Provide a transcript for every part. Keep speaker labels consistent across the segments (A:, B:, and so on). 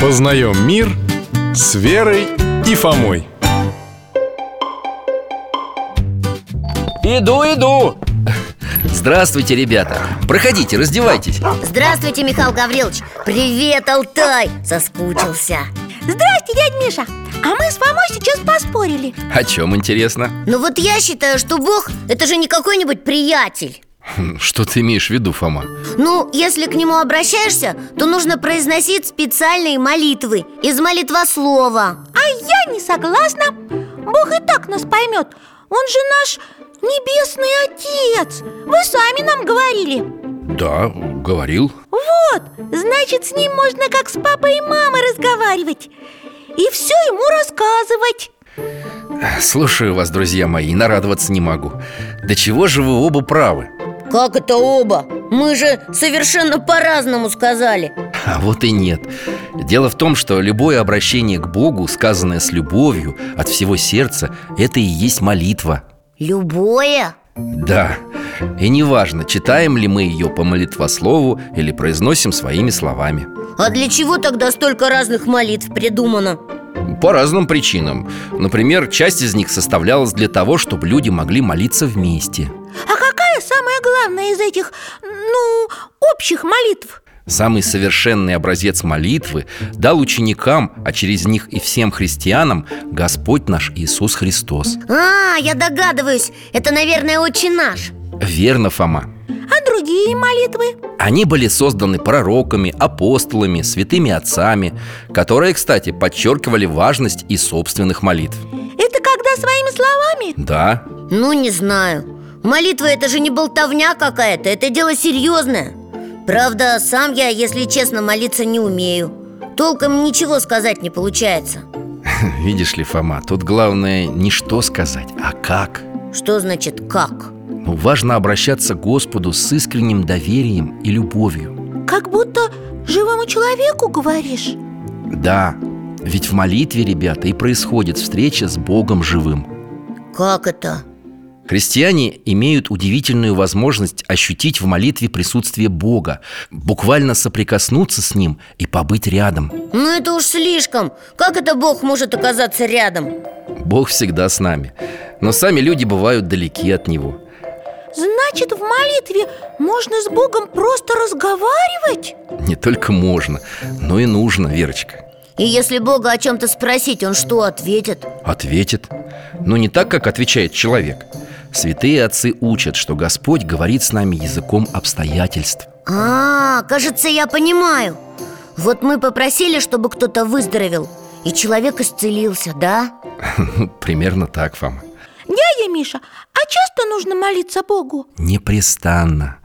A: Познаем мир с Верой и Фомой.
B: Иду, иду! Здравствуйте, ребята! Проходите, раздевайтесь
C: Здравствуйте, Михаил Гаврилович Привет, Алтай Соскучился
D: Здрасте, дядь Миша А мы с Фомой сейчас поспорили
B: О чем интересно?
C: Но Ну вот я считаю, что Бог – это же не какой-нибудь приятель
B: Хм, Что ты имеешь в виду, Фома?
C: Ну, если к нему обращаешься, то нужно произносить специальные молитвы Из молитвослова
D: А я не согласна Бог и так нас поймет Он же наш небесный отец Вы сами нам говорили
B: Да, говорил
D: Вот, значит, с ним можно как с папой и мамой разговаривать И все ему рассказывать
B: Слушаю вас, друзья мои, и нарадоваться не могу До чего же вы оба правы?
C: Как это оба? Мы же совершенно по-разному сказали
B: А вот и нет Дело в том, что любое обращение к Богу, сказанное с любовью, от всего сердца Это и есть молитва
C: Любое?
B: Да, и неважно, читаем ли мы ее по молитвослову или произносим своими словами
C: А для чего тогда столько разных молитв придумано?
B: По разным причинам Например, часть из них составлялась для того, чтобы люди могли молиться вместе
D: А какая самая главная из этих, ну, общих молитв?
B: Самый совершенный образец молитвы дал ученикам, а через них и всем христианам, Господь наш Иисус Христос
C: А, я догадываюсь, это, наверное, отче наш
B: Верно, Фома?
D: А другие молитвы?
B: Они были созданы пророками, апостолами, святыми отцами Которые, кстати, подчеркивали важность и собственных молитв
D: Это когда своими словами?
B: Да,
C: Ну, не знаю Молитва это же не болтовня какая-то, это дело серьезное Правда, сам я, если честно, молиться не умею Толком ничего сказать не получается
B: видишь ли, Фома, тут главное не что сказать, а как
C: Что значит «как»?
B: Но важно обращаться к Господу с искренним доверием и любовью
D: Как будто живому человеку говоришь
B: Да, ведь в молитве, ребята, и происходит встреча с Богом живым
C: Как это?
B: Христиане имеют удивительную возможность ощутить в молитве присутствие Бога Буквально соприкоснуться с Ним и побыть рядом
C: Ну это уж слишком Как это Бог может оказаться рядом?
B: Бог всегда с нами Но сами люди бывают далеки от Него
D: Значит, в молитве можно с Богом просто разговаривать?
B: Не только можно, но и нужно, Верочка
C: И если Бога о чем-то спросить, он что ответит?
B: Ответит Но не так, как отвечает человек Святые отцы учат, что Господь говорит с нами языком обстоятельств
C: А, кажется, я понимаю Вот мы попросили, чтобы кто-то выздоровел И человек исцелился, да?
B: Ну, Примерно так, Фома
D: Дядя Миша, а часто нужно молиться Богу?
B: Непрестанно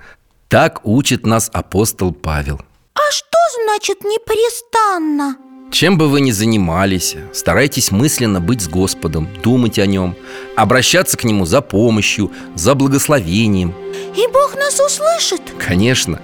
B: Так учит нас апостол Павел
D: А что значит непрестанно?
B: Чем бы вы ни занимались, старайтесь мысленно быть с Господом, думать о Нем Обращаться к Нему за помощью, за благословением
D: И Бог нас услышит
B: Конечно,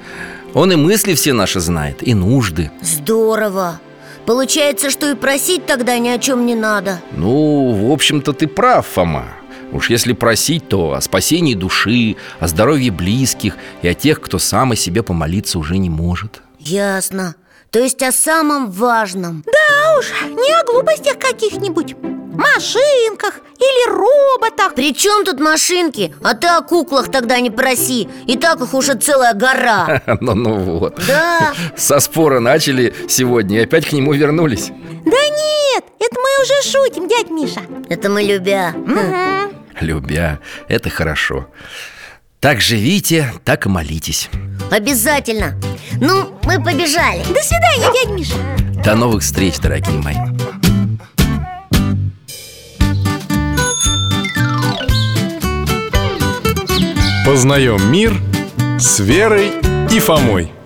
B: Он и мысли все наши знает, и нужды
C: Здорово Получается, что и просить тогда ни о чем не надо
B: Ну, в общем-то, ты прав, Фома Уж если просить, то о спасении души, о здоровье близких И о тех, кто сам о себе помолиться уже не может
C: Ясно То есть о самом важном
D: Да А уж, не о глупостях каких-нибудь Машинках или роботах
C: При чем тут машинки? А ты о куклах тогда не проси И так их уже целая гора
B: Ну, ну вот
C: Да,
B: Со спора начали сегодня и опять к нему вернулись
D: Да нет, это мы уже шутим, дядь Миша
C: это мы любя
D: Мгм.
B: Любя, это хорошо Так живите, так и молитесь
C: Обязательно Ну, мы побежали
D: До свидания, дядь Миша
B: До новых встреч, дорогие мои
A: Познаем мир с Верой и Фомой.